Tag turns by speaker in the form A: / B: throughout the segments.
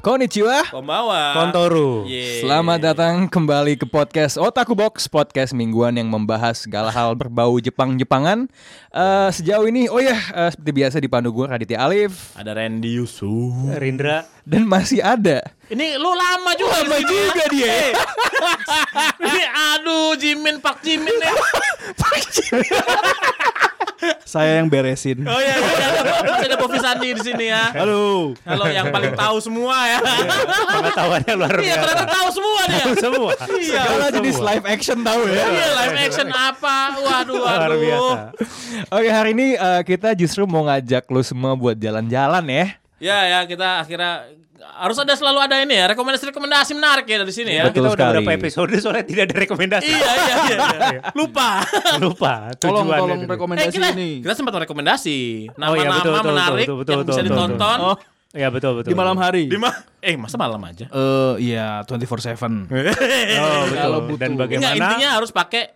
A: Konnichiwa
B: Kombawa.
C: Kontoru.
B: Yeay.
A: Selamat datang kembali ke podcast Otaku Box Podcast mingguan yang membahas segala hal berbau Jepang-Jepangan Eh, Sejauh ini, oh ya seperti biasa dipandu gue Raditya Alif
B: Ada Randy Yusuf.
C: Rindra.
A: Dan masih ada
B: Ini lu lama juga Lama juga dia. Ini aduh Jimin Pak Jimin ya.
D: Saya yang beresin.
B: Oh iya, iya, iya. Masih ada Bovi Sandi di sini ya.
D: Halo.
B: Halo yang paling tahu semua ya.
C: Pengetahuannya luar
B: Iya ternyata
C: biasa.
B: tahu semua dia.
C: Semua.
B: Iya.
A: Segala jenis
C: semua.
A: live action tahu ya
B: Iya live action apa? Waduh
C: Luar
B: waduh.
C: biasa.
A: Oke hari ini eh, kita justru mau ngajak lu semua buat jalan-jalan ya
B: Ya ya kita akhirnya harus ada selalu ada ini ya rekomendasi-rekomendasi menarik ya dari sini ya.
C: Kita
A: Betul
C: udah
A: sekali.
C: berapa episode soalnya tidak ada rekomendasi.
B: Iya iya iya. iya. Lupa.
C: Lupa
D: Tolong
C: tujuannya
D: tolong
C: dulu.
B: Eh,
D: rekomendasi
B: kita,
D: ini.
B: kita sempat merekomendasi
C: Oh iya,
B: nama-nama
C: betul, betul,
B: menarik
C: betul, betul,
B: yang
C: betul,
B: bisa
C: betul, betul.
B: ditonton.
D: Oh,
C: Iya betul betul.
D: di malam hari.
B: Di ma- eh masa malam aja?
D: Eh iya 24/7.
C: Oh, betul.
D: Kalau
C: Dan
D: butuh.
C: bagaimana
B: Enggak intinya harus pakai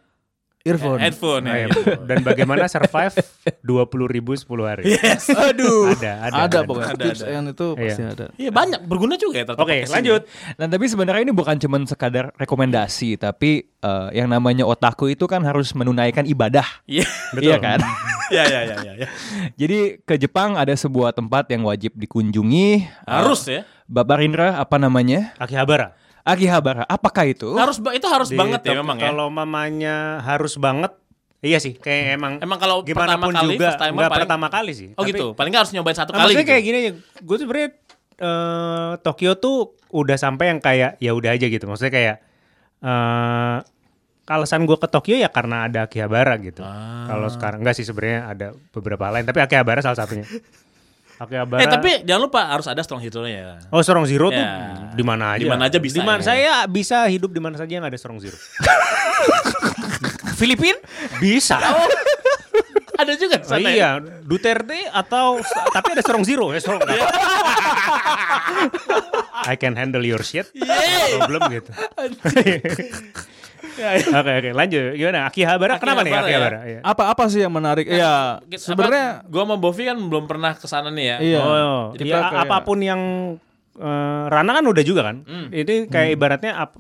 D: Earphone.
B: headphone
C: Nah,
B: ya.
C: iya, betul. dan bagaimana survive 20.000 ribu 10 hari.
A: Aduh
C: Ada, Iya. ada.
D: Ada pokoknya
B: ada,
D: tips
B: ada.
D: and itu pasti
C: Iya.
D: ada.
B: Iya banyak berguna juga ya ternyata
C: Oke,
B: podcast ini.
C: lanjut.
A: Nah tapi sebenarnya ini bukan cuman sekadar rekomendasi Tapi eh, yang namanya otaku itu kan harus menunaikan ibadah
B: Iya.
A: Iya kan?
B: Ya ya ya ya, ya.
A: Jadi ke Jepang ada sebuah tempat yang wajib dikunjungi. Eh,
B: Harus ya.
A: Bapak Rindra apa namanya?
C: Akihabara.
A: Akihabara. Apakah itu?
B: Harus ba- itu harus
C: Uh, Di
B: banget ya
C: Tok-
B: memang ya.
C: Kalau mamanya harus banget. Iya sih, kayak emang
B: Emang kalau
C: gimana
B: pertama
C: pun
B: kali,
C: juga
B: first timer
C: nggak
B: paling-
C: pertama kali sih.
B: Oh
C: Tapi-
B: gitu. Paling nggak harus nyobain satu kali.
C: Nah, maksudnya
B: gitu.
C: kayak gini aja, gue tuh sebenernya eh, Tokyo tuh udah sampai yang kayak ya udah aja gitu. Maksudnya kayak eh alasan gue ke Tokyo ya karena ada Akihabara gitu.
B: Ah.
C: Kalau sekarang enggak sih sebenarnya ada beberapa hal lain, tapi Akihabara salah satunya. Akihabara.
B: Eh tapi jangan lupa harus ada strong hero ya.
C: Oh Strong Zero tuh
B: Ya.
C: di mana aja?
B: Di mana aja bisa
C: Di mana
B: ya.
C: saya bisa hidup di mana saja yang ada Strong Zero. Filipin bisa.
B: Oh. Ada juga di
C: Oh,
B: sana. ya?
C: iya, Duterte atau tapi ada strong zero ya strong.
D: Iya.
C: I can handle your shit.
D: Iya.
B: Yeay.
C: No Problem gitu.
D: Ya,
C: Oke oke lanjut gimana Akihabara kenapa nih
B: Akihabara
C: Akihabara? Iya.
D: Apa-apa sih yang menarik?
C: Eh,
D: Iya.
B: Apa-
C: gitu,
D: Sebenarnya
B: gua sama Bovi kan belum pernah ke sana nih ya.
D: iya.
C: Oh,
D: Jadi
C: ya,
D: kita kayak-
C: apapun yang eh, Rana kan udah juga kan.
D: Hmm.
C: Ini kayak ibaratnya ap-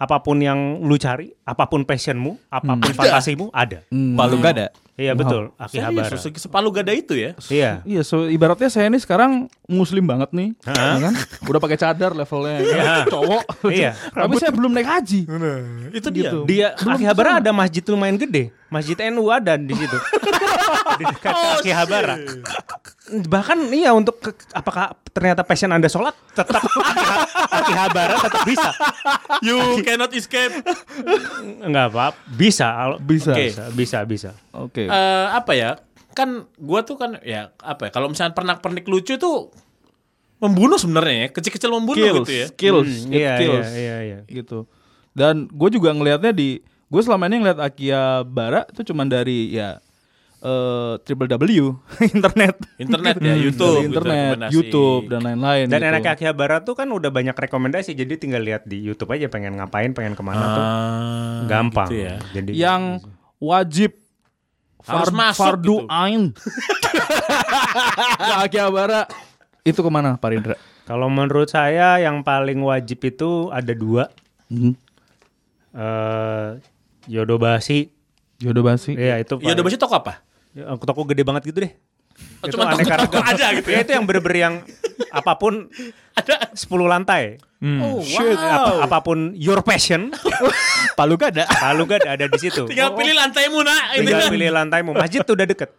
C: apapun yang lu cari, apapun passionmu, apapun
D: Hmm.
C: fantasimu ada.
A: Hmm. Palu gak ada.
C: Iya betul
B: Serius,
C: Akihabara.
B: se- sepalu gada itu ya.
C: Iya.
D: Iya, so ibaratnya saya ini sekarang muslim banget nih, ya kan? Udah pakai cadar levelnya, ya kan?
C: Iya.
D: cowok.
C: Iya.
D: Tapi saya belum naik haji.
B: Itu
D: Gitu.
C: Dia Akihabara ada masjid lumayan gede, masjid NU ada di situ. di dekat Akihabara. Bahkan iya untuk ke- apakah ternyata passion Anda sholat tetap Akiha- Akihabara tetap bisa. Ah,
B: You cannot escape.
C: Enggak apa, bisa al-
D: Bisa.
C: Oke. bisa bisa bisa.
D: Oke.
C: Ah,
B: eh apa ya kan gua tuh kan ya apa ya kalau misalnya pernak pernik lucu tuh membunuh sebenarnya ya kecil-kecil membunuh
D: Kills,
B: gitu ya
D: kills,
C: Hmm,
D: it
C: iya,
D: kills.
C: iya, iya, iya.
D: gitu. Dan gue juga ngelihatnya di gue selama ini ngeliat Akihabara itu cuman dari ya eh triple W internet,
B: internet
C: Hmm,
B: ya YouTube
D: Dari
B: gitu,
D: internet,
B: rekomendasi.
D: YouTube dan lain-lain.
C: Dan
D: gitu.
C: anak Akihabara tuh kan udah banyak rekomendasi jadi tinggal lihat di YouTube aja pengen ngapain, pengen kemana tuh
B: Ah,
C: gampang.
B: gitu ya.
C: Jadi
D: yang wajib
B: Harus masuk
D: fardu
B: gitu.
D: ain. Ke Akihabara itu kemana Pak Rindra?
C: kalau menurut saya yang paling wajib itu ada dua.
D: Hmm.
C: eh Yodobashi
D: Jodoh basi.
C: Iya itu
B: ya udah
C: paling-
B: baca toko apa
C: Ya, toko gede banget gitu deh
B: Oh, cuman toko- toko aja gitu
C: ya itu yang bener-bener yang apapun ada 10 lantai
B: oh
C: Hmm. Shit, apa- apapun your passion
A: Palu gak ada.
C: lalu gak ada, ada di situ
B: tinggal pilih lantaimu nak ini
C: Oh. tinggal
B: kan.
C: pilih lantaimu masjid tuh udah deket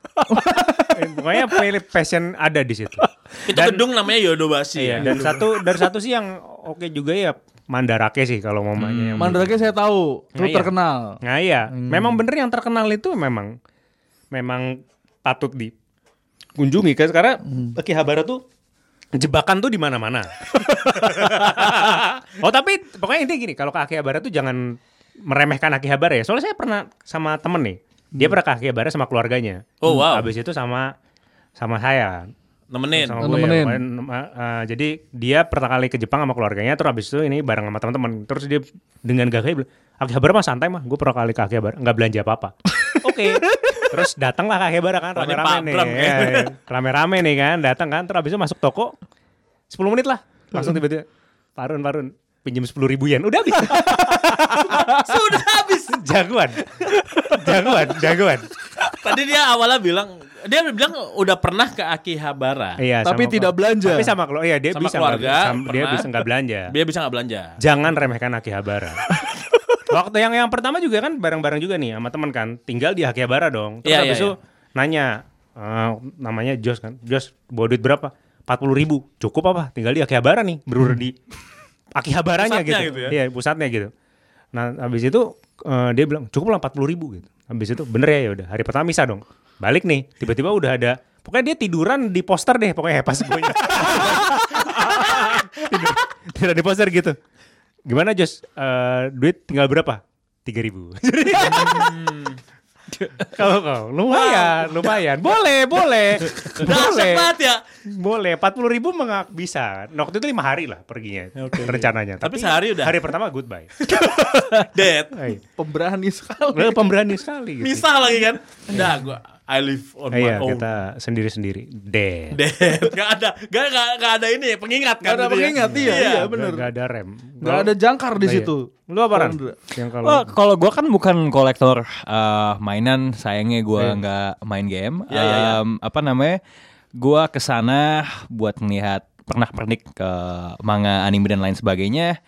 C: Eh, pokoknya pilih passion ada di situ
B: itu gedung namanya Yodobashi
C: iya
B: ya.
C: dan satu dari satu sih yang oke juga ya Mandarake sih kalau mamanya yang
D: Mandarake saya tahu, itu
C: Nah, iya.
D: terkenal.
C: Nah iya, memang bener yang terkenal itu memang memang patut dikunjungi kan karena Akihabara tuh jebakan tuh di mana-mana. oh tapi pokoknya intinya gini, kalau ke Akihabara tuh jangan meremehkan Akihabara ya. Soalnya saya pernah sama temen nih, dia pernah ke Akihabara sama keluarganya.
B: Oh, wow.
C: Habis itu sama sama saya.
B: nemenin.
D: Nemenin.
C: sama gue ya,
D: Nemenin.
C: kemarin, ma- eh, jadi dia pertama kali ke Jepang sama keluarganya terus abis itu ini bareng sama teman-teman terus dia dengan gagahnya bilang Akihabara mah santai mah gue pernah kali ke Akihabara nggak belanja apa-apa oke terus datanglah ke Akihabara kan
B: Wah, ini
C: rame-rame nih
B: pabrem,
C: ya,
B: ya.
C: ya. rame-rame nih kan datang kan terus abis itu masuk toko 10 menit lah langsung tiba-tiba parun parun pinjam sepuluh ribu yen udah habis
B: Sudah habis.
C: jagoan jagoan jagoan
B: Tadi dia awalnya bilang dia bilang udah pernah ke Akihabara.
C: iya
D: Tapi
C: sama-
D: tidak belanja.
C: tapi sama keluarga iya dia
B: Sama
C: bisa
B: keluarga,
C: nggak- sam- dia
B: pernah.
C: bisa nggak belanja
A: Iya.
B: Dia bisa nggak belanja.
C: jangan remehkan Akihabara. Waktu yang yang pertama juga kan bareng-bareng juga nih sama teman kan, tinggal di Akihabara dong. Terus
B: Iya,
C: habis
B: iya,
C: itu nanya eh, namanya Jos kan, Jos bawa duit berapa? 40 ribu, cukup apa? Tinggal di Akihabara nih, berur di Akihabaranya
B: Pusatnya
C: gitu.
B: gitu ya.
C: Iya pusatnya gitu. Nah habis itu eh, dia bilang cukup lah 40 ribu gitu. Habis itu bener ya ya udah hari pertama misa dong. Balik nih, tiba-tiba udah ada Pokoknya dia tiduran di poster deh, pokoknya ya, pas gue tidur, tidur di poster gitu. Gimana Jos? Eh, duit tinggal berapa? Tiga ribu. Kalau kau lumayan, lumayan. Boleh, boleh, boleh,
B: Dahsyat banget ya.
C: boleh. Empat puluh ribu mengak bisa. Nah, waktu itu lima hari lah perginya
B: Oke, oke.
C: rencananya.
B: Tapi sehari udah.
C: Hari pertama goodbye.
B: Dead.
C: Hai.
D: Pemberani
C: Eh,
D: sekali.
C: Lu Pemberani sekali. Gitu.
B: Misah lagi kan.
A: Iya.
B: Nah, gua I live on
C: Ah,
B: my
C: iya,
B: own.
C: kita sendiri-sendiri. Dead.
B: Dead. Gak ada, gak, gak, gak ada ini ya, pengingat kan.
D: Gak ada
B: gitu ya.
D: pengingat, iya, iya,
C: Nggak-
D: bener.
C: nggak ada rem.
D: Gak ada jangkar di
C: Iya.
D: situ.
C: Lu apaan?
D: Nggak
C: Yang kalau
A: Wah, kalau gua kan bukan kolektor eh, mainan, sayangnya gua nggak main game.
B: Iya, iya, iya.
A: Em, apa namanya? Gua kesana buat melihat pernak-pernik ke manga, anime dan lain sebagainya.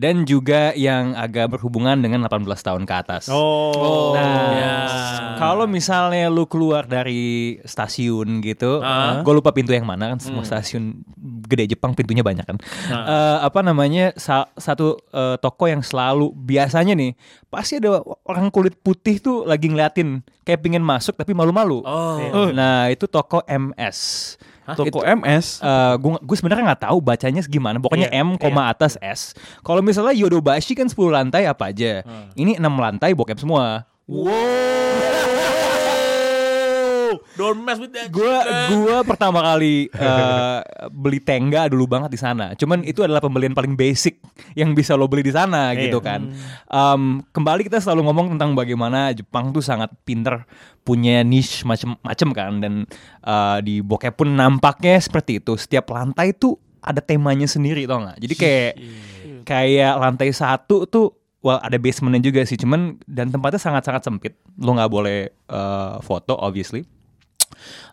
A: Dan juga yang agak berhubungan dengan 18 tahun ke atas.
C: Oh.
A: Nah,
B: ya.
A: kalau misalnya lu keluar dari stasiun gitu, gue lupa pintu yang mana kan semua stasiun gede Jepang pintunya banyak kan. Eh, apa namanya sa- satu eh, toko yang selalu biasanya nih pasti ada orang kulit putih tuh lagi ngeliatin kayak pingin masuk tapi malu-malu.
B: Oh.
A: Nah itu toko MS.
D: Toko MS.
A: gue gue sebenarnya eh, nggak tahu bacanya gimana. Pokoknya M koma atas S. Kalau misalnya Yodobashi kan 10 lantai apa aja. Ini 6 lantai bokep semua.
B: Don't mess with that.
A: Gua
B: shit.
A: gua pertama kali eh, beli tengga dulu banget di sana. Cuman itu adalah pembelian paling basic yang bisa lo beli di sana
C: Iya.
A: gitu kan. Em, kembali kita selalu ngomong tentang bagaimana Jepang tuh sangat pinter punya niche macem-macem kan dan eh, di bokep pun nampaknya seperti itu. Setiap lantai tuh ada temanya sendiri tau nggak? Jadi kayak kayak lantai satu tuh Well ada basementnya juga sih, cuman dan tempatnya sangat-sangat sempit. Lo nggak boleh eh, foto, obviously.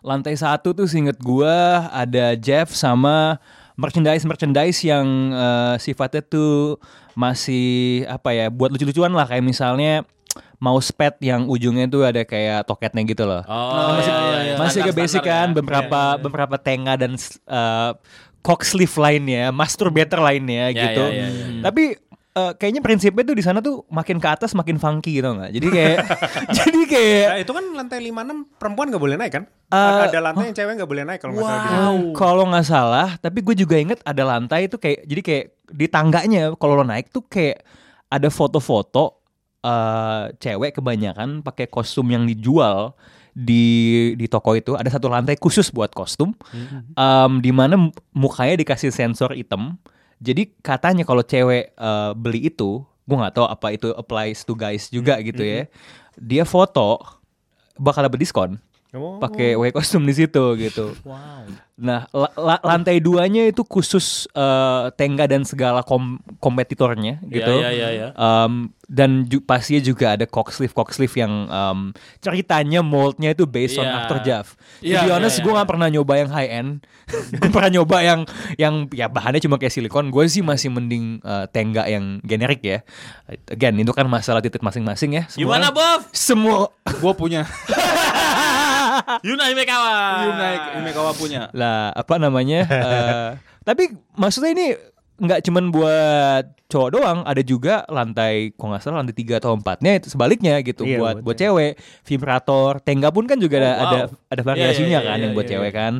A: Lantai satu tuh seinget gua ada Jeff sama merchandise merchandise yang eh, sifatnya tuh masih apa ya buat lucu-lucuan lah kayak misalnya mousepad yang ujungnya tuh ada kayak toketnya gitu loh.
B: Oh, iya,
A: masih
B: iya, iya.
A: masih agak
B: Standar-standar
A: basic kan
B: ya.
A: beberapa beberapa tengah dan eh, cock sleeve lainnya, masturbator lainnya
B: Ya,
A: gitu.
B: ya, ya, ya.
A: Tapi eh, kayaknya prinsipnya tuh di sana tuh makin ke atas makin funky gitu nggak? Jadi kayak jadi kayak
C: Nah, itu kan lantai 56 perempuan nggak boleh naik kan?
A: Eh,
C: ada lantai yang cewek nggak boleh naik kalau nggak salah di-
A: Wow. Eh, Kalau nggak salah, tapi gue juga inget ada lantai itu kayak jadi kayak di tangganya kalau lo naik tuh kayak ada foto-foto eh cewek kebanyakan pakai kostum yang dijual di di toko itu ada satu lantai khusus buat kostum em, di mana mu- mukanya dikasih sensor hitam jadi katanya kalau cewek eh, beli itu gue nggak tahu apa itu applies to guys juga gitu ya dia foto bakal dapet diskon
C: Oh.
A: pakai way kostum di situ gitu. Nah, la- la- lantai duanya itu khusus eh, tengga dan segala kom- kompetitornya gitu.
B: Iya, iya, iya, iya.
A: Em, dan ju- pastinya juga ada cock sleeve cock sleeve yang em, ceritanya moldnya itu based on
B: Iya.
A: After Jav.
B: Iya,
A: to be
B: iya,
A: honest,
B: iya,
A: gue nggak
B: iya.
A: pernah nyoba yang high end. gue pernah nyoba yang yang ya bahannya cuma kayak silikon. Gue sih masih mending eh, tengga yang generik ya. Again, itu kan masalah titik masing-masing ya. Semua-
B: Gimana, Bob?
A: Semua
D: Gue punya.
B: Yunai Mekawa.
D: Yunai Imekawa punya.
A: lah apa namanya eh, tapi maksudnya ini nggak cuman buat cowok doang ada juga lantai kalau nggak salah lantai tiga atau empatnya itu sebaliknya gitu
C: Iya,
A: buat buat
C: buat
A: cewek vibrator tengga pun kan juga ada
B: Oh, wow.
A: ada ada
B: Iya,
A: variasinya
B: iya, iya,
A: kan yang
B: iya,
A: buat
B: iya,
A: cewek kan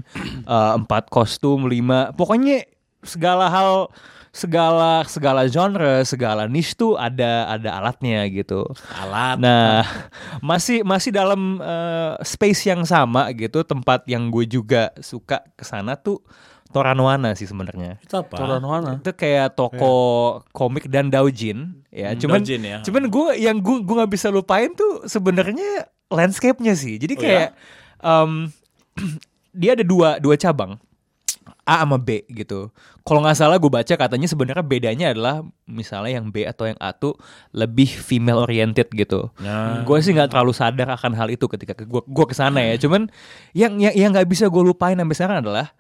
A: Eh, empat kostum lima pokoknya segala hal segala segala genre, segala niche tuh ada ada alatnya gitu.
B: Alat.
A: Nah, masih masih dalam eh, space yang sama gitu, tempat yang gue juga suka kesana tuh Toranoana sih sebenarnya.
B: Itu apa?
A: Itu kayak toko komik dan daujin
B: Iya.
A: ya.
B: Hmm,
A: cuman
B: Daojin ya.
A: cuman gue yang gue gue nggak bisa lupain tuh sebenarnya landscape-nya sih. Jadi
B: Oh
A: kayak em, dia ada dua dua cabang. A sama B gitu. Kalau nggak salah gue baca katanya sebenarnya bedanya adalah misalnya yang B atau yang A tuh lebih female oriented gitu.
B: Nah.
A: Gue sih nggak terlalu sadar akan hal itu ketika ke- gue gue kesana ya. Cuman yang yang yang nggak bisa gue lupain sampai sekarang adalah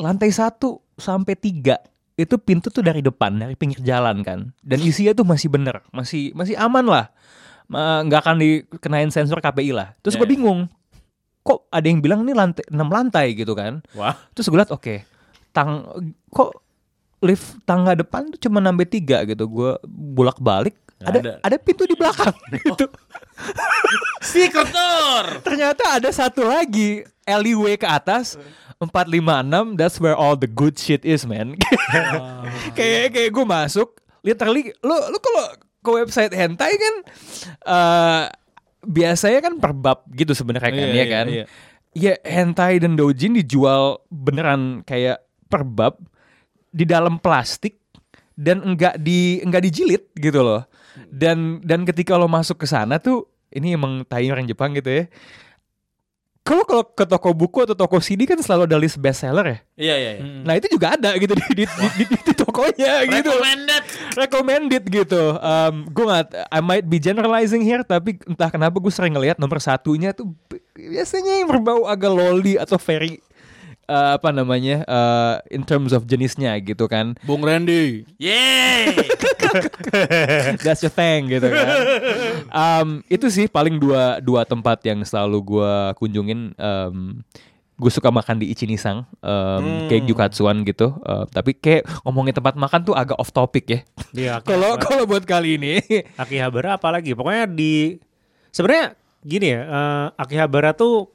A: lantai satu sampai tiga itu pintu tuh dari depan dari pinggir jalan kan dan isinya tuh masih bener masih masih aman lah Ma- nggak akan dikenain sensor KPI lah terus
B: Ya,
A: gue
B: ya.
A: bingung kok ada yang bilang ini lantai 6 lantai gitu kan
B: Wah.
A: terus gue liat oke tang kok lift tangga depan tuh cuma nambah tiga gitu gue bolak balik
B: Nggak
A: ada,
B: ada.
A: ada pintu di belakang gitu
B: Secret door.
A: ternyata ada satu lagi alleyway ke
B: Eh.
A: atas 456 that's where all the good shit is man kayak kayak gue masuk literally lu lu kalau ke website hentai kan eh biasanya kan per bab gitu sebenarnya kan
D: Iya,
A: ya
D: iya,
A: kan
D: iya.
A: ya hentai dan doujin dijual beneran kayak per bab di dalam plastik dan enggak di enggak dijilid gitu loh. Dan dan ketika lo masuk ke sana tuh ini emang tai orang Jepang gitu ya. Kalau kalau ke toko buku atau toko CD kan selalu ada list best seller ya.
B: Iya iya. iya.
A: Nah itu juga ada gitu di di, di, di, di tokonya gitu.
B: Recommended.
A: Recommended gitu. Um, gue nggak, I might be generalizing here, tapi entah kenapa gue sering ngelihat nomor satunya tuh bi- biasanya yang berbau agak loli atau very uh, apa namanya uh, in terms of jenisnya gitu kan.
D: Bung Randy.
B: Yeay.
A: That's your thing gitu kan. Um, itu sih paling dua dua tempat yang selalu gua kunjungin. Um, gue suka makan di Ichinisang, um,
C: Hmm.
A: kayak Gyukatsuan gitu. Uh, tapi kayak ngomongin tempat makan tuh agak off topic ya.
C: Iya,
A: Kalau kalau buat kali ini,
C: Akihabara apalagi pokoknya di sebenarnya gini ya eh, Akihabara tuh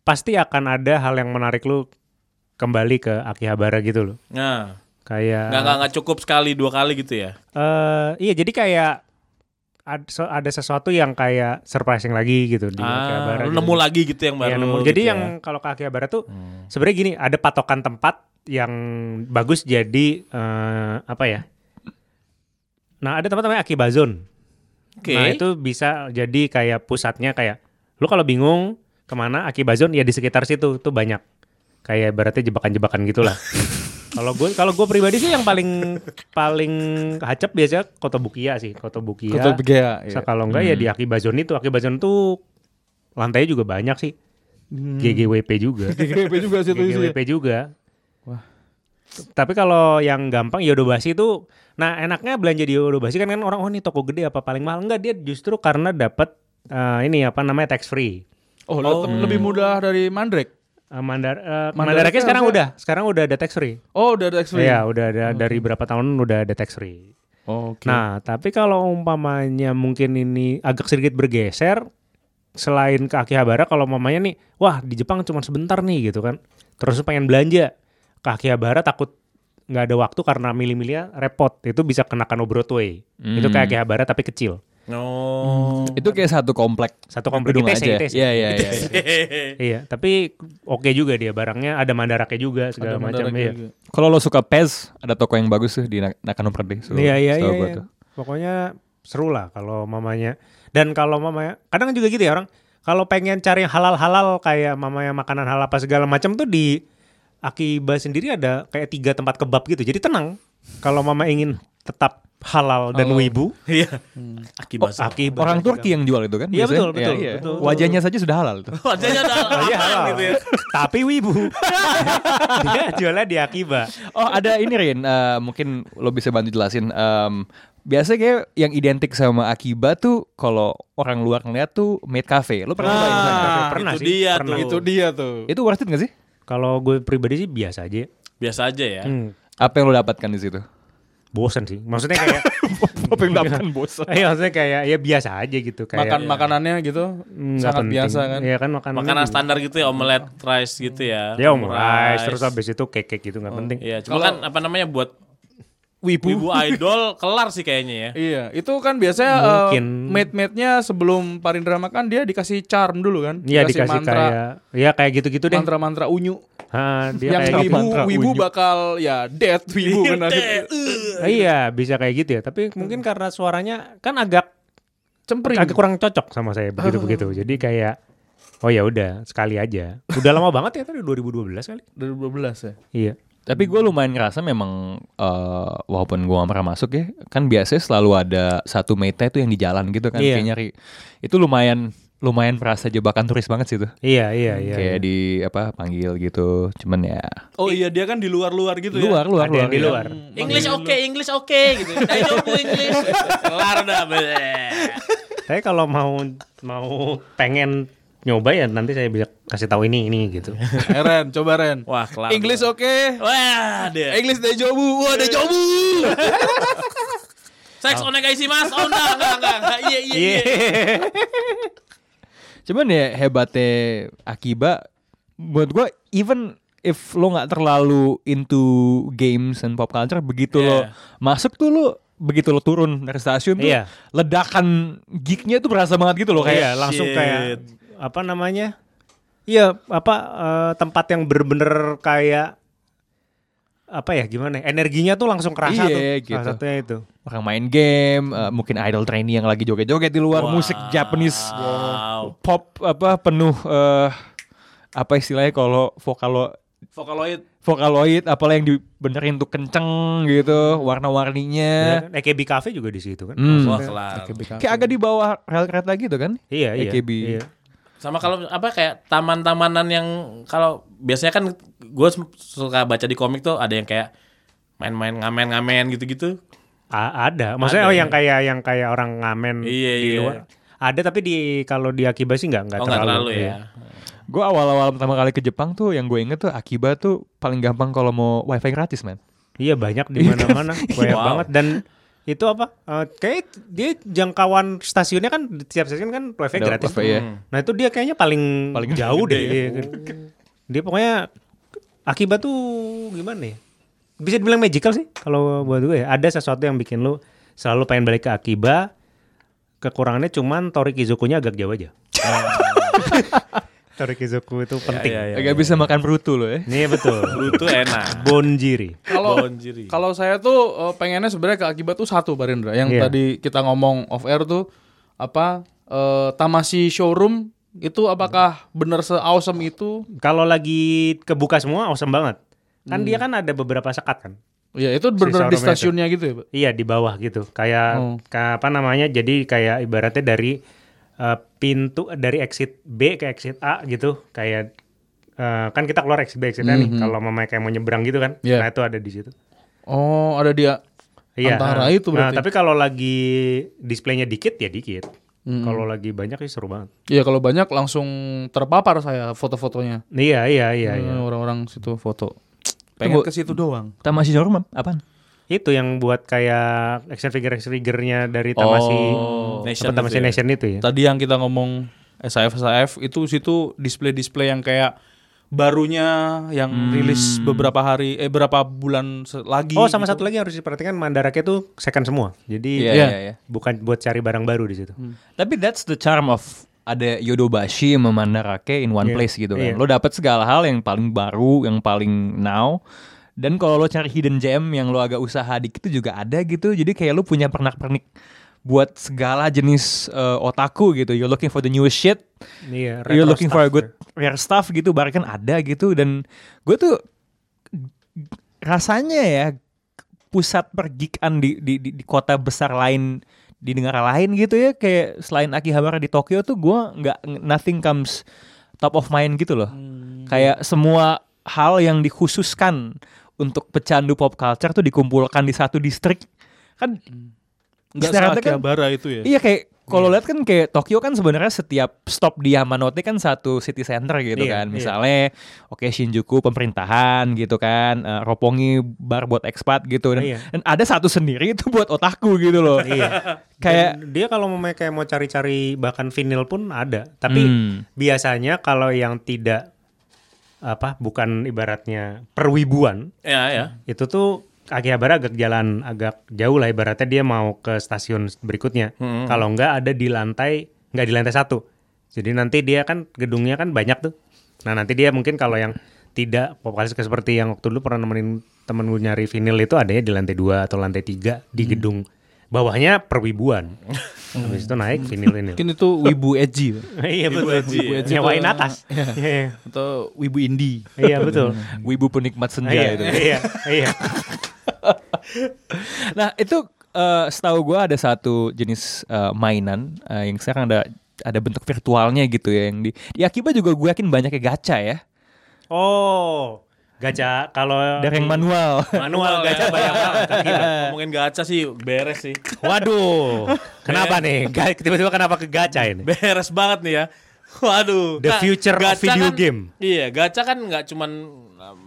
C: pasti akan ada hal yang menarik lu kembali ke Akihabara gitu loh
B: Nah,
C: kayak
B: nggak nggak nggak cukup sekali dua kali gitu ya.
C: eh, iya jadi kayak ad- so- ada sesuatu yang kayak surprising lagi gitu di Akihabara
B: Ah, lu
C: gitu.
B: nemu lagi gitu yang
C: Iya,
B: baru.
C: nemu.
B: gitu
C: jadi
B: ya. Hmm.
C: yang kalau ke Akihabara tuh sebenarnya gini ada patokan tempat yang bagus jadi eh, apa ya nah ada tempat namanya Akibazon
B: Oke.
C: Nah itu bisa jadi kayak pusatnya kayak lu kalau bingung kemana Akibazon ya di sekitar situ tuh banyak kayak berarti jebakan-jebakan gitulah. kalau gue kalau gue pribadi sih yang paling paling hacep biasanya Kotobukiya sih Kotobukiya.
D: iya.
C: So, kalau enggak ya di Akibazon itu Akibazon tuh lantainya juga banyak sih. GGWP juga.
D: GGWP juga sih itu isinya.
C: GGWP juga. Tapi kalau yang gampang Yodobashi itu nah enaknya belanja di Yodobashi kan kan orang oh ini toko gede apa paling mahal enggak dia justru karena dapat eh, ini apa namanya tax free.
D: Oh, le- lebih mudah dari Mandrake.
C: Eh, Mandar eh,
D: Mandaraknya
C: Mandaraknya sekarang
D: harusnya-
C: udah sekarang udah ada tax free.
D: Oh, udah ada X-Ray.
C: Iya, udah ada dari berapa tahun udah ada tax free.
D: Oh, Oke.
C: Nah, tapi kalau umpamanya mungkin ini agak sedikit bergeser selain ke Akihabara kalau umpamanya nih, wah di Jepang cuma sebentar nih gitu kan. Terus pengen belanja ke Akihabara takut nggak ada waktu karena milih-milihnya repot. Itu bisa kenakan Obrotway. Itu kayak Akihabara tapi kecil.
B: Oh.
A: itu kayak satu komplek.
C: Satu komplek ya,
A: Gedung
C: ITC,
A: aja.
C: ITC.
A: Iya iya iya.
C: Iya, tapi oke juga dia barangnya ada mandaraknya juga segala macam iya.
A: Kalau lo suka Pez, ada toko yang bagus tuh di Na- Nakano Pride. So,
C: Iya iya
A: gitu.
C: iya.
A: setahu gua
C: iya.
A: tuh.
C: Pokoknya seru lah kalau mamanya. Dan kalau mamanya kadang juga gitu ya orang kalau pengen cari yang halal-halal kayak mamanya makanan halal apa segala macam tuh di Akiba sendiri ada kayak tiga tempat kebab gitu. Jadi tenang kalau mama ingin tetap halal dan wibu.
B: Iya.
C: Hmm.
B: Akibat.
C: Akiba.
A: Orang Turki yang jual itu kan?
C: Iya,
A: biasanya?
C: betul, betul, betul.
A: Wajahnya saja sudah halal tuh.
B: Wajahnya ada
C: Iya
B: apaan
C: halal.
B: gitu ya.
C: Tapi wibu. Dia jualnya di Akiba.
A: Oh ada ini Rin, eh, mungkin lo bisa bantu jelasin. Em, biasanya kayak yang identik sama Akiba tuh kalau orang luar ngeliat tuh maid cafe. Lo pernah cobain sana?
C: Nah,
B: itu dia
C: pernah.
B: tuh.
D: Itu dia tuh.
A: Itu worth it gak sih?
C: Kalau gue pribadi sih biasa aja.
B: Biasa aja ya.
C: Hmm,
A: Apa yang lo dapatkan di situ?
C: bosen sih. Maksudnya kayak
A: apa yang dilakukan bosan
C: Iya maksudnya kayak ya biasa aja gitu kayak
D: Makan makanannya gitu
C: Mm, nggak
D: sangat
C: penting.
D: biasa kan.
C: Iya kan makanan
B: Makanan standar gitu ya, omelet rice gitu ya.
C: Ya om rice, terus habis itu cake-cake gitu
D: Oh,
C: nggak penting.
B: Iya, cuma kan apa namanya buat
D: Wibu.
B: Wibu Idol kelar sih kayaknya ya.
D: Iya, itu kan biasanya
C: Mungkin.
D: eh, mate-mate-nya sebelum Parindra makan dia dikasih charm dulu kan?
C: Iya dikasih
D: mantra,
C: kayak ya kayak gitu-gitu deh.
D: mantra-mantra unyu.
C: Ha, dia
D: yang
C: kayak gitu. Iya,
D: wibu,
C: mantra
D: wibu
C: unyu.
D: bakal ya dead wibu kan akhirnya.
C: Ah, Iya, bisa kayak gitu ya. Tapi
D: Hmm.
C: mungkin karena suaranya kan agak
D: Cempring.
C: agak kurang cocok sama saya
D: Hmm.
C: begitu-begitu. Jadi kayak oh ya udah sekali aja. Udah lama banget ya tadi 2012 kali.
D: 2012 ya.
C: Iya.
A: Tapi gue lumayan ngerasa memang eh, walaupun gue gak pernah masuk ya, kan biasanya selalu ada satu meta itu yang di jalan gitu kan,
C: Iya.
A: kayak nyari. Itu lumayan lumayan merasa jebakan turis banget sih tuh.
C: Iya, iya, iya.
A: kayak di apa panggil gitu, cuman ya
D: Oh iya dia kan di luar-luar gitu
A: luar
D: ya.
A: luar
C: Ada
A: luar.
C: yang di
A: ya.
C: luar.
B: English oke, English oke gitu. I know bu English. Kelar dah. bleh.
C: Tapi kalau mau mau pengen nyoba ya nanti saya bisa kasih tahu ini ini gitu.
D: Eh, Ren, coba Ren.
B: Wah, kelar.
D: English oke.
B: Wah, deh.
D: English dejobu. Wah, dejobu.
B: Seks onek isi mas. Oh, enggak, enggak, enggak. enggak. Iya, iya, iya.
A: Cuman ya hebatnya Akiba buat gue even if lo nggak terlalu into games and pop culture begitu
B: Yeah.
A: lo masuk tuh lo begitu lo turun dari stasiun tuh
C: Iya.
A: ledakan geeknya tuh berasa banget gitu loh
C: Iya,
A: kayak
C: langsung
B: shit.
C: kayak apa namanya? Iya, apa eh, tempat yang bener-bener kayak apa ya gimana? ya, Energinya tuh langsung kerasa
A: Iya,
C: tuh.
A: gitu.
C: Salah satunya itu.
A: orang main game, eh, mungkin idol trainee yang lagi joget-joget di luar,
B: Wow.
A: musik Japanese pop apa penuh eh, apa istilahnya kalau vokal lo
B: Vocaloid.
A: Vocaloid, apalah yang dibenerin tuh kenceng gitu,
B: Nah. Iya.
A: warna-warninya.
C: Bener kan? EKB Cafe juga di situ kan.
A: Hmm.
B: Wah, kelar.
A: Kayak agak di bawah rel kereta gitu kan?
C: Iya, iya.
A: EKB.
C: Iya.
B: Sama kalau apa kayak taman-tamanan yang kalau biasanya kan gue suka baca di komik tuh ada yang kayak main-main ngamen-ngamen gitu-gitu.
C: A- ada. Maksudnya
B: Ada, ya.
C: oh, yang kayak yang kayak orang ngamen
B: Iya,
C: di
B: iya.
C: luar. Ada tapi di kalau di Akiba sih nggak nggak
B: Oh, enggak
C: terlalu.
B: terlalu
C: Iya.
B: ya.
A: Gue awal-awal pertama kali ke Jepang tuh yang gue inget tuh Akiba tuh paling gampang kalau mau wifi gratis man.
C: Iya banyak di mana-mana, banyak
B: Wow.
C: banget dan itu apa? eh, kayak dia jangkauan stasiunnya kan di tiap stasiun kan wifi
A: Ada
C: gratis.
A: wifi, ya.
C: Hmm. Nah itu dia kayaknya paling,
A: Paling
C: jauh
A: gede
C: deh.
A: ya.
C: Iya, kan. Dia pokoknya akibat tuh gimana ya? Bisa dibilang magical sih kalau buat gue. ya. Ada sesuatu yang bikin lu selalu pengen balik ke Akiba. Kekurangannya cuman Torikizukunya agak jauh aja. Torikizuku itu penting. Iya,
B: Iya, iya.
A: Agak bisa makan brutu lo ya.
C: betul.
B: Brutu enak.
C: Bonjiri.
D: Kalau
B: Bonjiri.
C: Iya.
D: kalau saya tuh eh, pengennya sebenarnya ke akibat tuh satu Parindra yang
C: Iya.
D: tadi kita ngomong off air tuh apa eh, Tamasi showroom itu apakah benar se awesome itu?
C: Kalau lagi kebuka semua awesome banget.
D: Hmm.
C: Kan dia kan ada beberapa sekat kan.
D: Ya itu benar-benar
C: showroomnya
D: di
C: itu.
D: stasiunnya gitu ya, Pak.
C: Iya di bawah gitu. Kayak
D: Hmm.
C: ka- apa namanya? Jadi kayak ibaratnya dari eh, pintu dari exit B ke exit A gitu. Kayak eh, kan kita keluar exit B exit A nih. Kalau mama kayak mau nyebrang gitu kan.
D: Mhm. Iya.
C: Nah itu ada di situ.
D: Oh, ada dia antara
C: nah,
D: itu berarti.
C: nah, tapi kalau lagi displaynya dikit ya dikit.
D: Mhm.
C: Kalau lagi banyak sih seru banget.
D: Iya kalau banyak langsung terpapar saya foto-fotonya.
C: Iya iya iya. iya.
D: Hmm, Orang-orang situ foto.
A: Pengen ke
D: situ doang.
A: Tamasi Showroom apaan?
C: Itu yang buat kayak action figure action figure-nya dari Tamasi
B: Nation
C: apa,
B: itu
C: Tamasi
B: ya.
C: Nation itu
D: Iya.
C: ya.
E: Tadi yang kita ngomong SAF SAF itu situ display-display yang kayak barunya yang
D: Hmm.
E: rilis beberapa hari eh berapa bulan se- lagi.
C: Oh sama
E: gitu.
C: satu lagi yang harus diperhatikan Mandarake itu second semua. Jadi
A: Iya,
C: ya,
A: iya, Hmm. iya.
C: bukan buat cari barang baru di situ.
A: Tapi that's the charm of ada Yodobashi sama Mandarake in one
C: Iya,
A: place gitu
C: iya.
A: kan. Lo dapat segala hal yang paling baru, yang paling now. Dan kalau lo cari hidden gem yang lo agak usaha dikit itu juga ada gitu. Jadi kayak lo punya pernak-pernik buat segala jenis eh, otaku gitu. You're looking for the newest shit.
C: Iya.
A: You're
C: retro
A: looking for a
C: stuff.
A: good rare stuff gitu. Bahkan ada gitu. Dan gue tuh rasanya ya pusat pergikan di, di, di, di kota besar lain di negara lain gitu ya kayak selain Akihabara di Tokyo tuh gua nggak nothing comes top of mind gitu loh kayak semua hal yang dikhususkan untuk pecandu pop culture tuh dikumpulkan di satu distrik kan
E: Nggak
A: istilah
E: salah
A: kata kan-
E: Akihabara itu ya.
A: iya kayak kalau lihat kan kayak Tokyo kan sebenarnya setiap stop di Yamanote kan satu city center gitu
C: Iya, iya.
A: kan. Misalnya oke Shinjuku pemerintahan gitu kan, eh, Roppongi bar buat ekspat gitu dan,
C: Iya.
A: dan ada satu sendiri itu buat otaku gitu loh.
C: Iya.
A: Kayak-
C: Dan dia kalau mau kayak mau cari-cari bahkan vinil pun ada. Tapi
A: Hmm.
C: biasanya kalau yang tidak apa bukan ibaratnya perwibuan
B: Ya ya.
C: itu tuh Akihabara agak jalan agak jauh lah ibaratnya dia mau ke stasiun berikutnya. Kalau nggak ada di lantai nggak di lantai satu. Jadi nanti dia kan gedungnya kan banyak tuh. Nah nanti dia mungkin kalau yang tidak vokalis kayak seperti yang waktu dulu pernah nemenin temen gue nyari vinil itu adanya di lantai dua atau lantai tiga di gedung bawahnya perwibuan. Habis itu naik vinil ini.
D: Mungkin itu wibu edgy Pak.
C: Iya betul. Nyewain atas. Iya,
D: atau wibu indie.
C: Iya betul.
A: Wibu penikmat senja gitu.
C: Iya
A: itu.
C: iya iya.
A: Nah itu eh, setahu gua ada satu jenis eh, mainan eh, yang sekarang ada ada bentuk virtualnya gitu ya yang di di Akiba juga gue yakin banyak yang gacha ya
C: Oh, gacha kalau
A: dari yang manual
C: manual gacha
B: iya.
C: banyak banget.
B: Ngomongin gacha sih beres sih.
C: Waduh, kenapa
D: Eh.
C: nih? Ga- Tiba-tiba kenapa ke gacha ini?
B: Beres banget nih ya. Waduh.
C: The future of
B: gacha
C: video
B: kan-
C: game.
B: Iya, gacha kan nggak cuman um,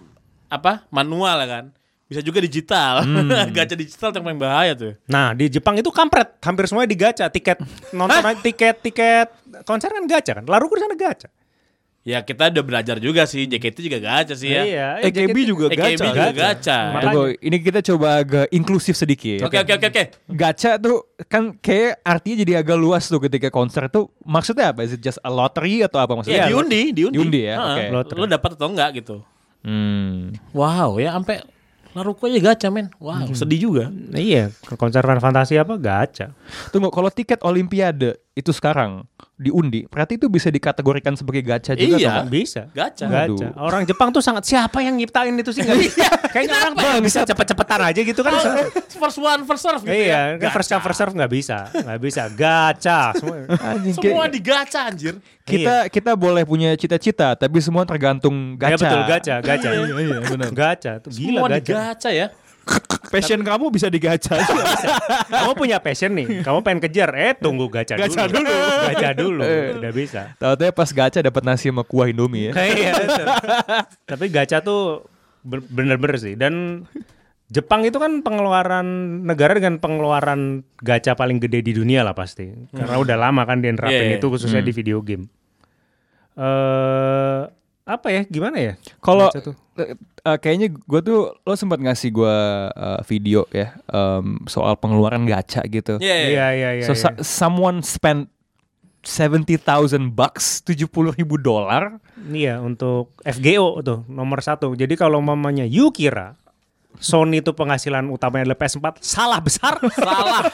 B: apa? manual ya kan. Bisa juga digital.
C: Hmm.
B: gacha digital yang paling bahaya tuh.
C: Nah di Jepang itu kampret, hampir semuanya di gacha. Tiket nonton, aja- tiket tiket konser kan gacha kan. Laruku di sana gacha.
B: Ya kita udah belajar juga sih, JKT juga gacha sih
D: Iya,
B: ya.
C: eh,
D: EKB
C: jadi-
D: juga gacha.
B: EKB juga gacha.
C: Makanya-
A: Tunggu, ini kita coba agak inklusif sedikit
B: Oke oke oke oke.
A: gacha tuh kan kayak artinya jadi agak luas tuh ketika konser tuh maksudnya apa is it just a lottery atau apa maksudnya
B: Iya, diundi, diundi.
A: Diundi ya,
B: Heeh,
A: oke.
B: Lu dapat atau enggak gitu.
A: Hmm.
B: Wow, ya sampai Naruto aja gacha men. Wow, Hmm, sedih juga.
C: Iya, ke konser Final fantasi apa gacha.
A: tunggu kalau tiket olimpiade itu sekarang diundi berarti itu bisa dikategorikan sebagai gacha
B: Iya.
A: juga atau nggak?
C: Bisa.
B: Gacha.
C: Gacha. Orang Jepang tuh sangat siapa yang nyiptain itu sih? Nggak
D: Iya.
C: bisa. Kayaknya orang Jepang bisa cepet-cepetan aja gitu kan.
D: Oh.
B: First one, first serve gitu ya.
C: Iya, kan first come first serve nggak bisa, nggak bisa. Gacha semua.
A: Anjing, kayak-
B: Semua digacha anjir.
A: Kita kita boleh punya cita-cita, tapi semua tergantung
C: Ya
A: gacha.
C: betul gacha, gacha. iya, iya,
A: Nah,
C: benar. Gacha tuh gila
B: Semua
C: gacha.
B: digacha ya.
D: Passion kamu bisa digacha.
C: Kamu punya passion nih, kamu pengen kejar, eh tunggu gacha dulu.
D: Gacha dulu.
C: gacha dulu, udah bisa.
A: Tahu-tahu ya, pas gacha dapat nasi sama kuah Indomie ya.
C: Iya. betul. Tapi gacha tuh ber- bener-bener sih dan Jepang itu kan pengeluaran negara dengan pengeluaran gacha paling gede di dunia lah pasti. Karena udah lama kan dia nerapin
B: Iya, iya.
C: itu khususnya di video game. Eh apa ya? Gimana ya?
A: Kalau
C: Gacha tuh.
A: eh, eh, kayaknya gue tuh lo sempat ngasih gue video ya em, soal pengeluaran gacha gitu.
B: Iya, iya.
C: Iya iya iya.
A: so
C: iya.
A: sa- someone spent 70,000 bucks, 70 ribu dolar.
C: Iya untuk FGO tuh nomor satu. Jadi kalau mamanya you kira Sony itu penghasilan utamanya adalah PS4 salah besar
B: Salah.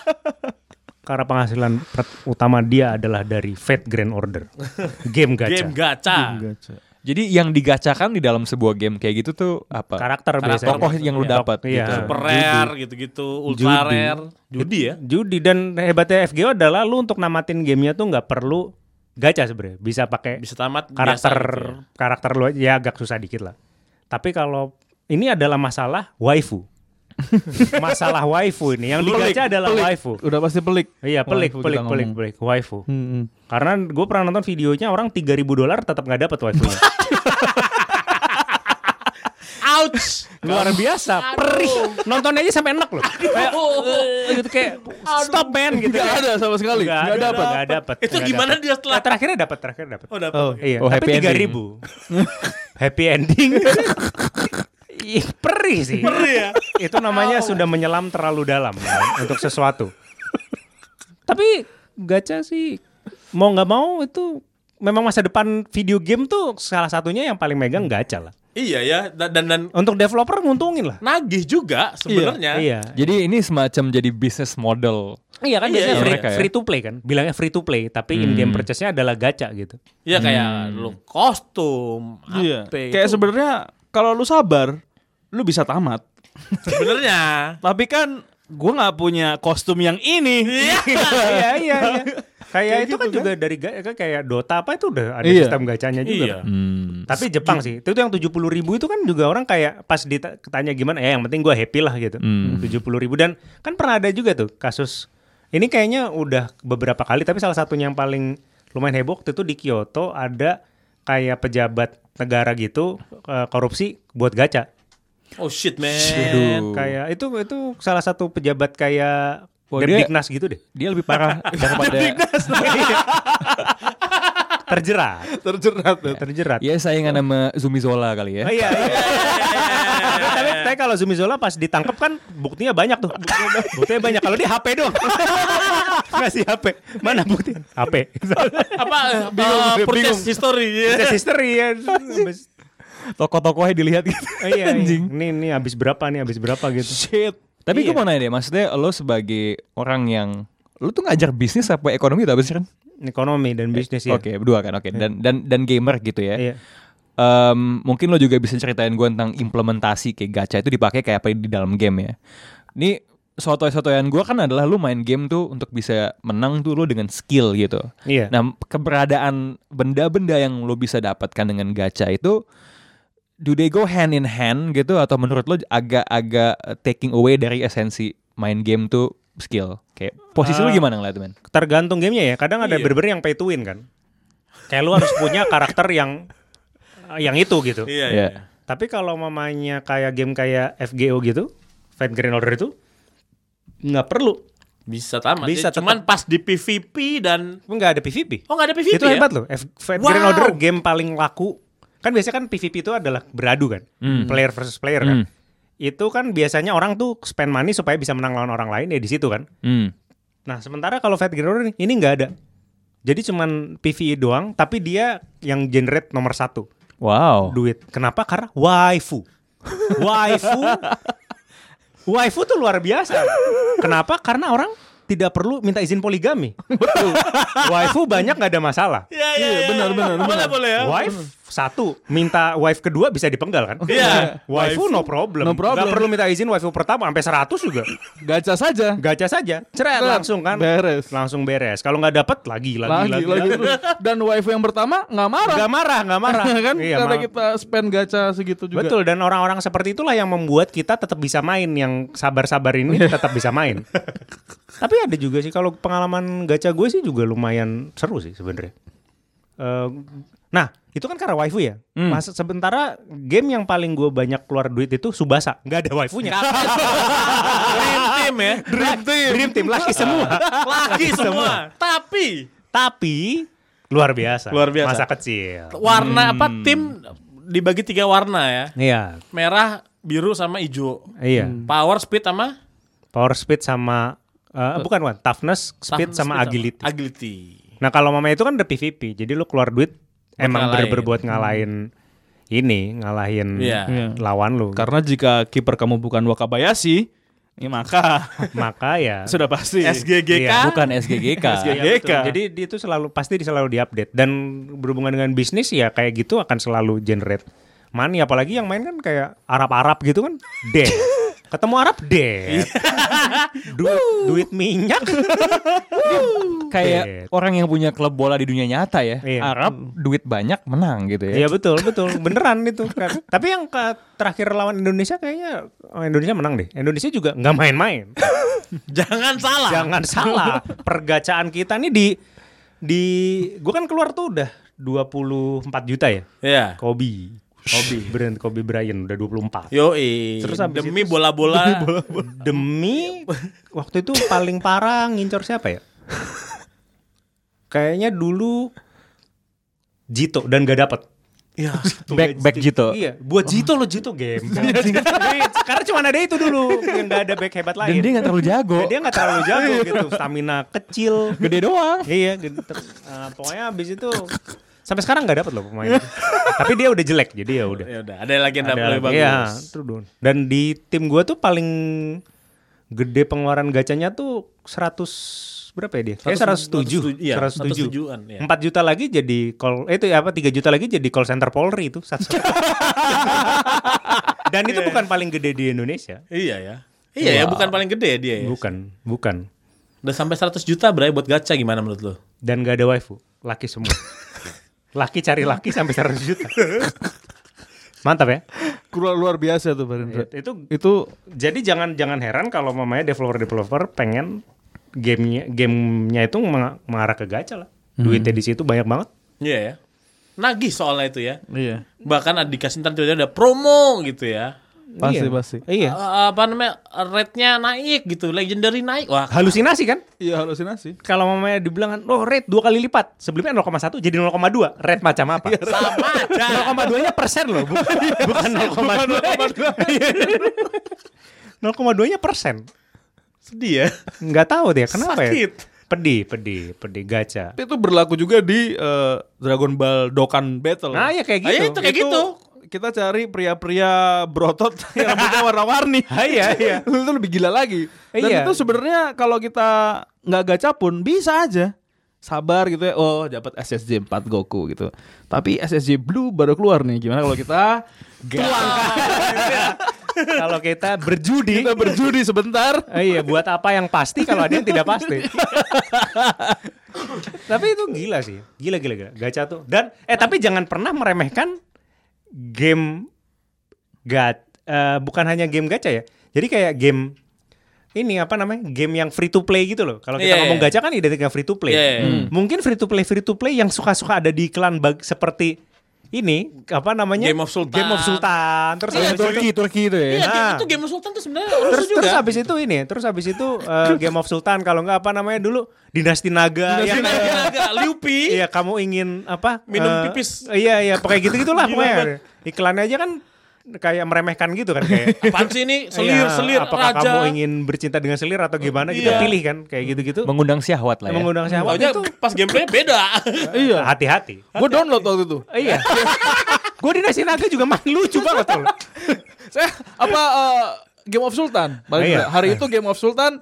C: karena penghasilan per- utama dia adalah dari Fate Grand Order game gacha
B: Game Iya, gacha.
A: Jadi yang digacakan di dalam sebuah game kayak gitu tuh apa?
C: karakter biasanya
A: tokoh yang lo dapat
C: Iya.
A: gitu.
B: Super rare gitu-gitu, ultra rare. Judi ya.
C: judi dan hebatnya FGO adalah lu untuk namatin gamenya tuh nggak perlu gacha sebenarnya bisa pakai
B: Bisa tamat biasa
C: karakter
B: gitu ya.
C: karakter lu aja, ya agak susah dikit lah. Tapi kalau ini adalah masalah waifu. masalah waifu ini yang digaca adalah waifu.
D: Udah pasti pelik.
C: Iya pelik
D: Waifu
C: pelik
D: kita
C: pelik
D: ngomong.
C: pelik waifu.
D: Hmm, hmm.
C: Karena gue pernah nonton videonya orang 3000 dolar tetap nggak dapat waifunya.
B: Ouch.
C: Luar biasa, perih. Nonton aja sampai enak loh. Kayak, gitu kayak stop man gitu.
D: Gak ya? ada sama sekali. Gak dapat.
C: Gak dapat.
B: Itu gimana dia setelah-
C: terakhirnya dapat, terakhir dapat.
B: Oh, dapat.
D: Oh.
C: Iya,
A: Oh,
C: tapi
A: happy
C: tiga
A: ending.
C: ribu. happy ending. Ih, perih sih.
B: Ngeri ya.
C: Itu namanya sudah menyelam terlalu dalam ya, untuk sesuatu. Tapi gacha sih mau nggak mau itu memang masa depan video game tuh salah satunya yang paling megang gacha lah.
B: Iya ya, da- dan dan
C: Untuk developer nguntungin lah.
B: nagih juga sebenarnya.
C: Iya.
A: Jadi ini semacam jadi bisnis model.
C: Iya Hmm. kan
B: Iya,
C: biasanya
B: iya,
C: free,
A: mereka ya.
C: free to play kan. Bilangnya free to play tapi in game purchase-nya adalah gacha gitu.
B: Iya kayak lu kostum,
D: Iya.
B: apa itu.
D: Kayak sebenarnya kalau lu sabar, lu bisa tamat.
B: sebenarnya.
D: Tapi kan gue nggak punya kostum yang ini.
C: iya iya iya. Kayak itu kan juga dari ga- kan kayak Dota apa itu udah ada
D: Iya.
C: sistem gacanya juga.
B: Iya.
A: Hmm.
C: Tapi Jepang sih, itu tuh yang 70 ribu itu kan juga orang kayak pas "Eh, ditanya gimana ya yang penting gua happy lah gitu. 70 ribu dan kan pernah ada juga tuh kasus Ini kayaknya udah beberapa kali tapi salah satunya yang paling lumayan heboh waktu itu di Kyoto ada kayak pejabat negara gitu eh, korupsi buat gacha.
B: Oh shit man.
A: Aduh.
C: Kayak itu itu salah satu pejabat kayak
A: Wah, dia-
C: Depdiknas gitu deh.
A: Dia lebih parah daripada
C: Iya. Terjerat,
D: terjerat
C: terjerat.
A: ya saingan sama Zumi Zola kali ya.
C: Oh, iya, iya. tapi, tapi kalau Zumi Zola pas ditangkap kan buktinya banyak tuh. buktinya banyak. Kalau dia HP doang. Ngasih HP. Mana bukti? HP.
B: Apa eh,
D: Bingung,
B: eh,
D: bingung.
B: protest history ya.
C: Ada history ya. Habis-
A: Tokoh-tokohnya dilihat gitu.
C: Oh, iya, iya.
A: Anjing.
C: Ini ini habis berapa nih? Habis berapa gitu.
D: shit
A: Tapi gue
C: Iya.
A: mau nanya deh, maksudnya lo sebagai orang yang lo tuh ngajar bisnis apa ekonomi atau apa sih kan?
C: Ekonomi dan bisnis ya.
A: Oke, berdua kan. Oke, dan dan dan gamer gitu ya.
C: Iya.
A: Em, mungkin lo juga bisa ceritain gue tentang implementasi kayak gacha itu dipakai kayak apa di dalam game ya. Ini sotoy-sotoyan gue kan adalah lo main game tuh untuk bisa menang tuh lo dengan skill gitu.
C: Iya.
A: Nah, keberadaan benda-benda yang lo bisa dapatkan dengan gacha itu do they go hand in hand gitu atau menurut lo agak-agak taking away dari esensi main game tuh skill? Kayak posisi
C: Eh,
A: lo gimana ngeliat men?
C: Tergantung gamenya ya. Kadang ada bener-bener yang pay to win kan. Kayak lu harus punya karakter yang yang itu gitu.
B: Iya.
A: Iya.
B: iya.
C: Tapi kalau mamanya kayak game kayak FGO gitu, Fight Green Order itu nggak perlu.
B: Bisa tamat.
C: Bisa
B: ya. Cuman pas di PVP dan
C: Nggak ada PvP.
B: Oh nggak ada PVP
C: itu
B: ya?
C: hebat loh. F- Fight
B: Wow.
C: Green Order game paling laku. Kan biasanya kan PvP itu adalah beradu kan, player versus player kan.
A: Hmm.
C: Itu kan biasanya orang tuh spend money supaya bisa menang lawan orang lain ya di situ kan.
A: Hmm.
C: Nah, sementara kalau Fat Green Order nih, ini nggak ada. Jadi cuman PvE doang, tapi dia yang generate nomor satu
A: Wow.
C: duit. Kenapa? Karena waifu. Waifu. waifu tuh luar biasa. Kenapa? Karena orang tidak perlu minta izin poligami. Betul. waifu banyak nggak ada masalah.
B: Iya iya iya. Benar benar. Boleh boleh ya.
C: Wife satu minta wife kedua bisa dipenggal kan?
B: Iya.
C: Waifu no problem.
D: No problem.
C: Nggak perlu minta izin waifu pertama sampai 100 juga.
D: gacha saja
C: Gacha saja. Cerai langsung kan?
D: Beres.
C: Langsung beres. Kalau nggak dapat lagi
D: lagi
C: lagi lagi.
D: lagi terus. dan wifi yang pertama nggak marah
C: Nggak marah, nggak marah.
D: kan
C: Iya,
D: karena
C: malah-
D: kita spend gacha segitu juga
C: Betul dan orang-orang seperti itulah yang membuat kita tetap bisa main yang sabar-sabar ini tetap bisa main. Iya. Tapi ada juga sih kalau pengalaman gacha gue sih juga lumayan seru sih sebenarnya. Eh, nah itu kan karena waifu ya. Mas sementara game yang paling gue banyak keluar duit itu Subasa nggak ada waifunya.
B: Dream team ya.
C: Dream team, dream team laki semua.
B: Laki semua. Tapi
C: Tapi luar biasa.
B: Luar biasa.
C: Masa kecil.
B: warna apa tim dibagi tiga warna ya.
C: Iya,
B: Merah, biru sama hijau.
C: iya.
B: Power, speed sama
C: Power speed sama eh, bukan Wan, toughness, speed
B: Tahan,
C: sama agility.
B: agility.
C: Nah kalau mama itu kan ada PVP, jadi lu keluar duit emang
B: ngalahin.
C: bener-bener buat ngalahin ini, ngalahin
B: Iya.
C: Iya. lawan lu.
D: karena jika kiper kamu bukan Wakabayashi ya maka
C: Maka ya
D: sudah pasti
B: SGGK.
C: Iya,
A: Bukan SGGK.
D: SGGK.
C: Iya, betul. Jadi dia itu selalu pasti di- selalu diupdate dan berhubungan dengan bisnis ya kayak gitu akan selalu generate money apalagi yang main kan kayak Arab-Arab gitu kan. Deh. Ketemu Arab deh. duit, duit minyak.
A: kayak
C: Bet.
A: orang yang punya klub bola di dunia nyata ya.
C: Iya.
A: Arab duit banyak menang gitu ya.
C: Iya betul betul beneran itu. Kan. Tapi yang ke- terakhir lawan Indonesia kayaknya oh, Indonesia menang deh. Indonesia juga nggak main-main.
B: Jangan salah.
C: Jangan salah, pergacaan kita nih di di gua kan keluar tuh udah 24 juta ya.
B: Iya.
C: Kobe. Kobe Iya. Brand Kobe Bryant udah 24.
B: Yoi.
C: Terus habis
B: demi bola-bola
C: Demi waktu itu paling parah ngincor siapa ya? Kayaknya dulu Jito dan gak dapet.
B: Iya.
A: Back back gitu.
C: Iya, buat Jito lo Jito game. Karena cuma ada itu dulu yang gak ada back hebat
A: Dan
C: lain.
A: dia gak terlalu jago.
C: Dan dia gak terlalu jago gitu, stamina kecil.
A: Iya. Gede doang.
C: Iya, gitu. Eh, pokoknya abis itu sampai sekarang nggak dapet loh pemain. Tapi dia udah jelek, jadi ya udah.
B: Ya udah, ada lagi yang dapat
C: Ada
B: lebih
C: lagi,
B: bagus.
C: iya, itu dulu. Dan di tim gua tuh paling gede pengeluaran gacanya tuh 100 berapa ya dia? Kayak
B: 107,
C: 107.
B: iya, 107-an, iya.
C: 107. 4 juta lagi jadi call eh, itu ya apa 3 juta lagi jadi call center Polri itu. Satu- Dan itu bukan paling gede di Indonesia.
B: Iya ya. Iya ya, bukan paling gede ya dia ya.
C: Bukan, bukan.
B: Udah sampai 100 juta berarti buat gacha gimana menurut lo?
C: Dan gak ada waifu, laki semua. laki cari laki sampai 100 juta. Mantap ya.
D: luar luar biasa tuh Barendra
C: Iya. Itu
D: itu
C: jadi jangan jangan heran kalau mamanya developer developer pengen gamenya gamenya itu meng- mengarah ke gacha lah. Duitnya di situ banyak banget.
B: Iya ya. Nagih soalnya itu ya.
D: Iya.
B: Bahkan ada dikasih ntar tiba-tiba ada promo gitu ya.
D: Pasti
C: Iya.
D: pasti.
C: Iya.
B: A- apa namanya? Rate-nya naik gitu, legendary naik. Wah,
C: Halusinasi kan?
D: Iya halusinasi.
C: Kalau mamanya dibilang kan, oh rate dua kali lipat. Sebelumnya 0,1 jadi 0,2. Rate macam apa?
B: sama aja.
C: 0,2-nya persen loh, bukan bukan 0,2. 0,2-nya persen.
B: Sedih ya.
C: Nggak tahu deh kenapa
B: Sakit.
C: ya. Pedih, pedih, pedih gacha.
D: Tapi itu berlaku juga di eh, Dragon Ball Dokkan Battle.
C: Nah, ya kayak
B: Ah, iya, itu
C: gitu.
B: kayak gitu.
D: Kita cari pria-pria brotot yang rambutnya warna-warni.
C: Iya, iya.
D: itu lebih gila lagi. Dan
C: Iya.
D: itu sebenarnya kalau kita nggak gacha pun bisa aja. Sabar gitu ya. Oh, dapat SSJ 4 Goku gitu. Tapi SSJ Blue baru keluar nih. Gimana kalau kita
C: Kalau kita berjudi,
D: kita berjudi sebentar?
C: eh, iya buat apa yang pasti kalau ada yang tidak pasti. tapi itu gila sih. Gila gila gila. Gacha tuh. Dan eh tapi jangan pernah meremehkan game gat eh, bukan hanya game gacha ya. Jadi kayak game ini apa namanya? Game yang free to play gitu loh. Kalau kita
B: Iya,
C: ngomong
B: iya.
C: gacha kan identik dengan free to play.
B: Iya, iya.
C: Hmm. Mungkin free to play free to play yang suka-suka ada di iklan bag, seperti ini apa namanya?
B: Game of Sultan.
C: Game of Sultan. Terus
B: Iya,
C: habis itu-
A: Turki, Turki itu ya.
B: Iya,
C: Nah.
B: itu game Sultan tuh sebenarnya
C: terus
B: terus juga.
C: terus habis itu ini terus habis itu eh, Game of Sultan kalau nggak apa namanya dulu Dinasti Naga
B: Iya,
C: yang
B: naga, naga, Liupi.
C: iya kamu ingin apa
B: Minum
C: eh,
B: pipis.
C: iya iya pakai gitu gitulah
B: Gila
C: pokoknya iklannya aja kan kayak meremehkan gitu kan kayak
B: Apaan sih ini? Selir,
C: Iya,
B: selir,
C: apakah
B: raja.
C: kamu ingin bercinta dengan selir atau gimana
B: Iya.
C: kita pilih kan kayak gitu gitu
A: Mengundang syahwat lah ya.
C: mengundang siapa
B: Taunya
C: itu
B: pas gameplay beda.
C: iya hati-hati
D: Gue download waktu itu.
C: iya gue dinasti naga juga main lucu banget tuh
D: Saya apa eh, Game of Sultan? Balik
C: Iya.
D: dulu. Hari itu Game of Sultan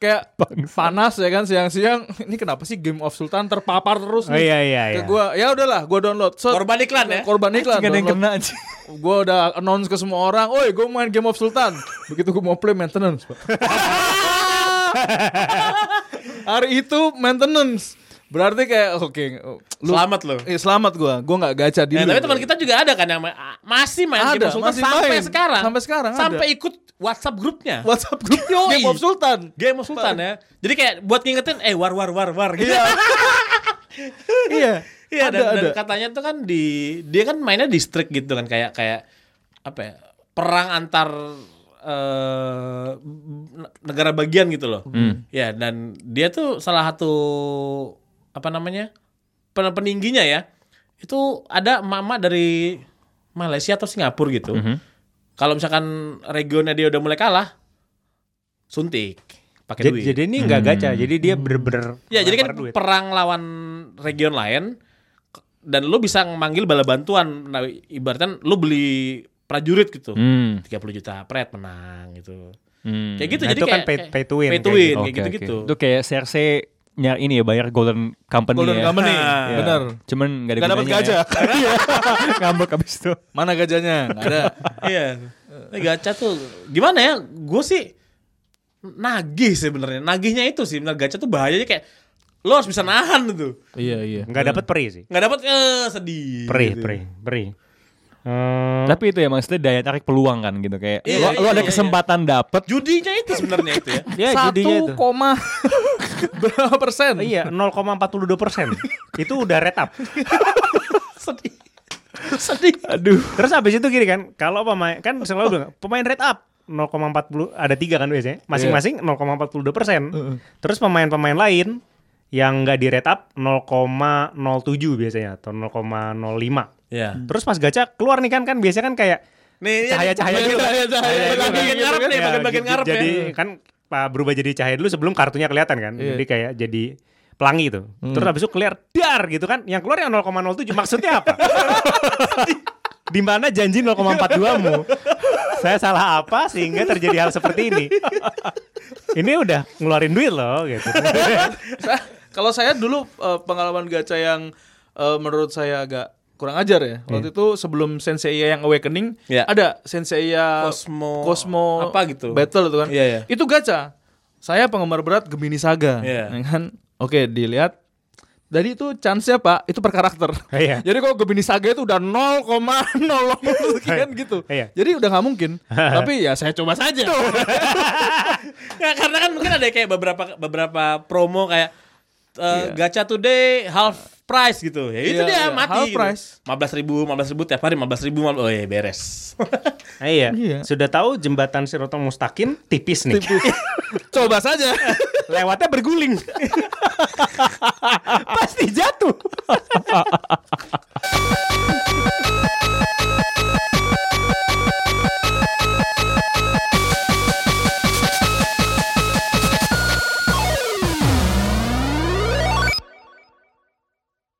D: kayak panas ya kan siang-siang. Ini kenapa sih Game of Sultan terpapar terus nih?
C: Oh, iya, iya,
D: Ke
C: iya.
D: gua ya udahlah, gua download. Set.
B: Korban iklan ya?
D: Korban iklan.
A: Gak ada yang
D: download.
A: kena aja.
D: Gua udah announce ke semua orang, "Oi, gua main Game of Sultan." Begitu gua mau play maintenance, Pak. Hari itu maintenance. Berarti kayak oke, lu-
B: Selamat lu.
D: Eh, selamat gua. Gua nggak gacha di.
B: Ya,
D: lu.
B: tapi teman kita juga ada kan yang ma- a- masih main
D: Iya, Ada,
B: game of Sultan
D: masih
B: sampai
D: main.
B: sekarang.
D: Sampai sekarang ada.
B: Sampai ikut WhatsApp grupnya.
D: WhatsApp grup
B: Yoi.
D: Game of Sultan.
B: Game of Sultan ya. Jadi kayak buat ngingetin eh war war war war gitu.
D: Iya. iya.
B: Iya
D: ada
B: dan, dan
D: ada.
B: katanya tuh kan di dia kan mainnya distrik gitu kan kayak kayak apa ya perang antar eh, negara bagian gitu loh. Ya dan dia tuh salah satu apa namanya pen- peningginya ya itu ada mama dari Malaysia atau Singapura gitu. Kalau misalkan regionnya dia udah mulai kalah suntik pakai
C: jadi,
B: duit.
C: jadi ini nggak gacha jadi dia bener-bener
B: Ya jadi kan
C: lempar duit.
B: perang lawan region lain ke- dan lu bisa manggil bala bantuan. Nah, ibaratkan lu beli prajurit gitu.
A: Hmm.
B: 30 juta pret menang gitu. Kayak gitu
C: Nah,
B: jadi
C: itu
B: kayak
C: kan pay-
B: kayak-
C: pay to win,
B: Pay to
C: kayak
B: win
C: gitu.
B: kayak gitu-gitu.
A: Itu kayak CRC nyar ini ya bayar Golden Company
D: Golden
A: ya.
D: Company.
A: Ya.
D: Bener.
A: Cuman gak ada
D: Gak dapat
A: gunanya
D: gajah.
A: ya. Ngambek abis itu.
D: Mana gajahnya? Gak ada.
B: Iya. Tapi gacha tuh gimana ya? Gue sih nagih sebenarnya. Nagihnya itu sih benar gacha tuh bahayanya kayak lu harus bisa nahan tuh.
D: iya, iya.
C: nggak dapat peri sih
B: Nggak dapat eh sedih.
C: perih
B: gitu.
C: perih perih Eh,
A: Tapi itu ya maksudnya daya tarik peluang kan gitu kayak
B: Iya,
A: lo,
B: iya,
A: lo ada
B: iya,
A: kesempatan dapet
B: Judinya itu sebenarnya itu ya.
C: ya jadinya itu.
D: Satu koma berapa persen?
C: Iya, 0,42 persen. itu udah rate up.
B: sedih. sedih.
C: Aduh. Terus habis itu gini kan, kalau pemain kan selalu bilang pemain rate up 0,40 ada tiga kan biasanya, masing-masing 0,42 persen. Terus pemain-pemain lain yang nggak di rate up 0,07 biasanya atau 0,05.
B: Iya.
C: Terus pas gacha keluar nih kan kan biasanya kan kayak
B: Nih,
C: cahaya-cahaya
B: iya,
C: gitu.
B: cahaya-cahaya.
C: Cahaya gitu.
B: Bagian ngarep nih,
C: Ya,
B: bagian-bagian
C: jadi-
B: ngarep ya.
C: Jadi kan pak berubah jadi cahaya dulu sebelum kartunya kelihatan kan. Jadi kayak jadi pelangi itu. Terus habis itu clear dar gitu kan. Yang keluar yang 0,07 maksudnya apa? Di mana janji 0,42-mu? Saya salah apa sehingga terjadi hal seperti ini? Ini udah ngeluarin duit loh gitu.
D: Sa- Kalau saya dulu eh, pengalaman gacha yang eh, menurut saya agak kurang ajar ya.
B: Hmm.
D: Waktu itu sebelum Senseiya yang Awakening
B: Iya.
D: ada Senseiya
B: Cosmo-
D: Cosmo
B: apa gitu.
D: Battle itu kan.
B: Iya, iya.
D: Itu gacha. Saya penggemar berat Gemini Saga.
B: Iya.
D: Ya kan? Oke, dilihat Jadi itu chance-nya Pak, itu per karakter.
C: Iya.
D: Jadi kalau Gemini Saga itu udah 0,00 sekian gitu.
C: Iya.
D: Jadi udah nggak mungkin. Tapi ya saya coba saja.
B: Nggak, karena kan mungkin ada kayak beberapa beberapa promo kayak eh, gacha today half price gitu. Ya itu
D: Iya,
B: dia
D: iya,
B: mati.
D: half
B: gitu.
D: price.
B: 15.000, 15.000 tiap hari 15.000, 15.000. Oh iya beres.
C: Ah, iya.
D: Iya.
C: Sudah tahu jembatan Siroto Mustakin tipis nih.
D: coba saja.
C: Lewatnya berguling. Pasti jatuh.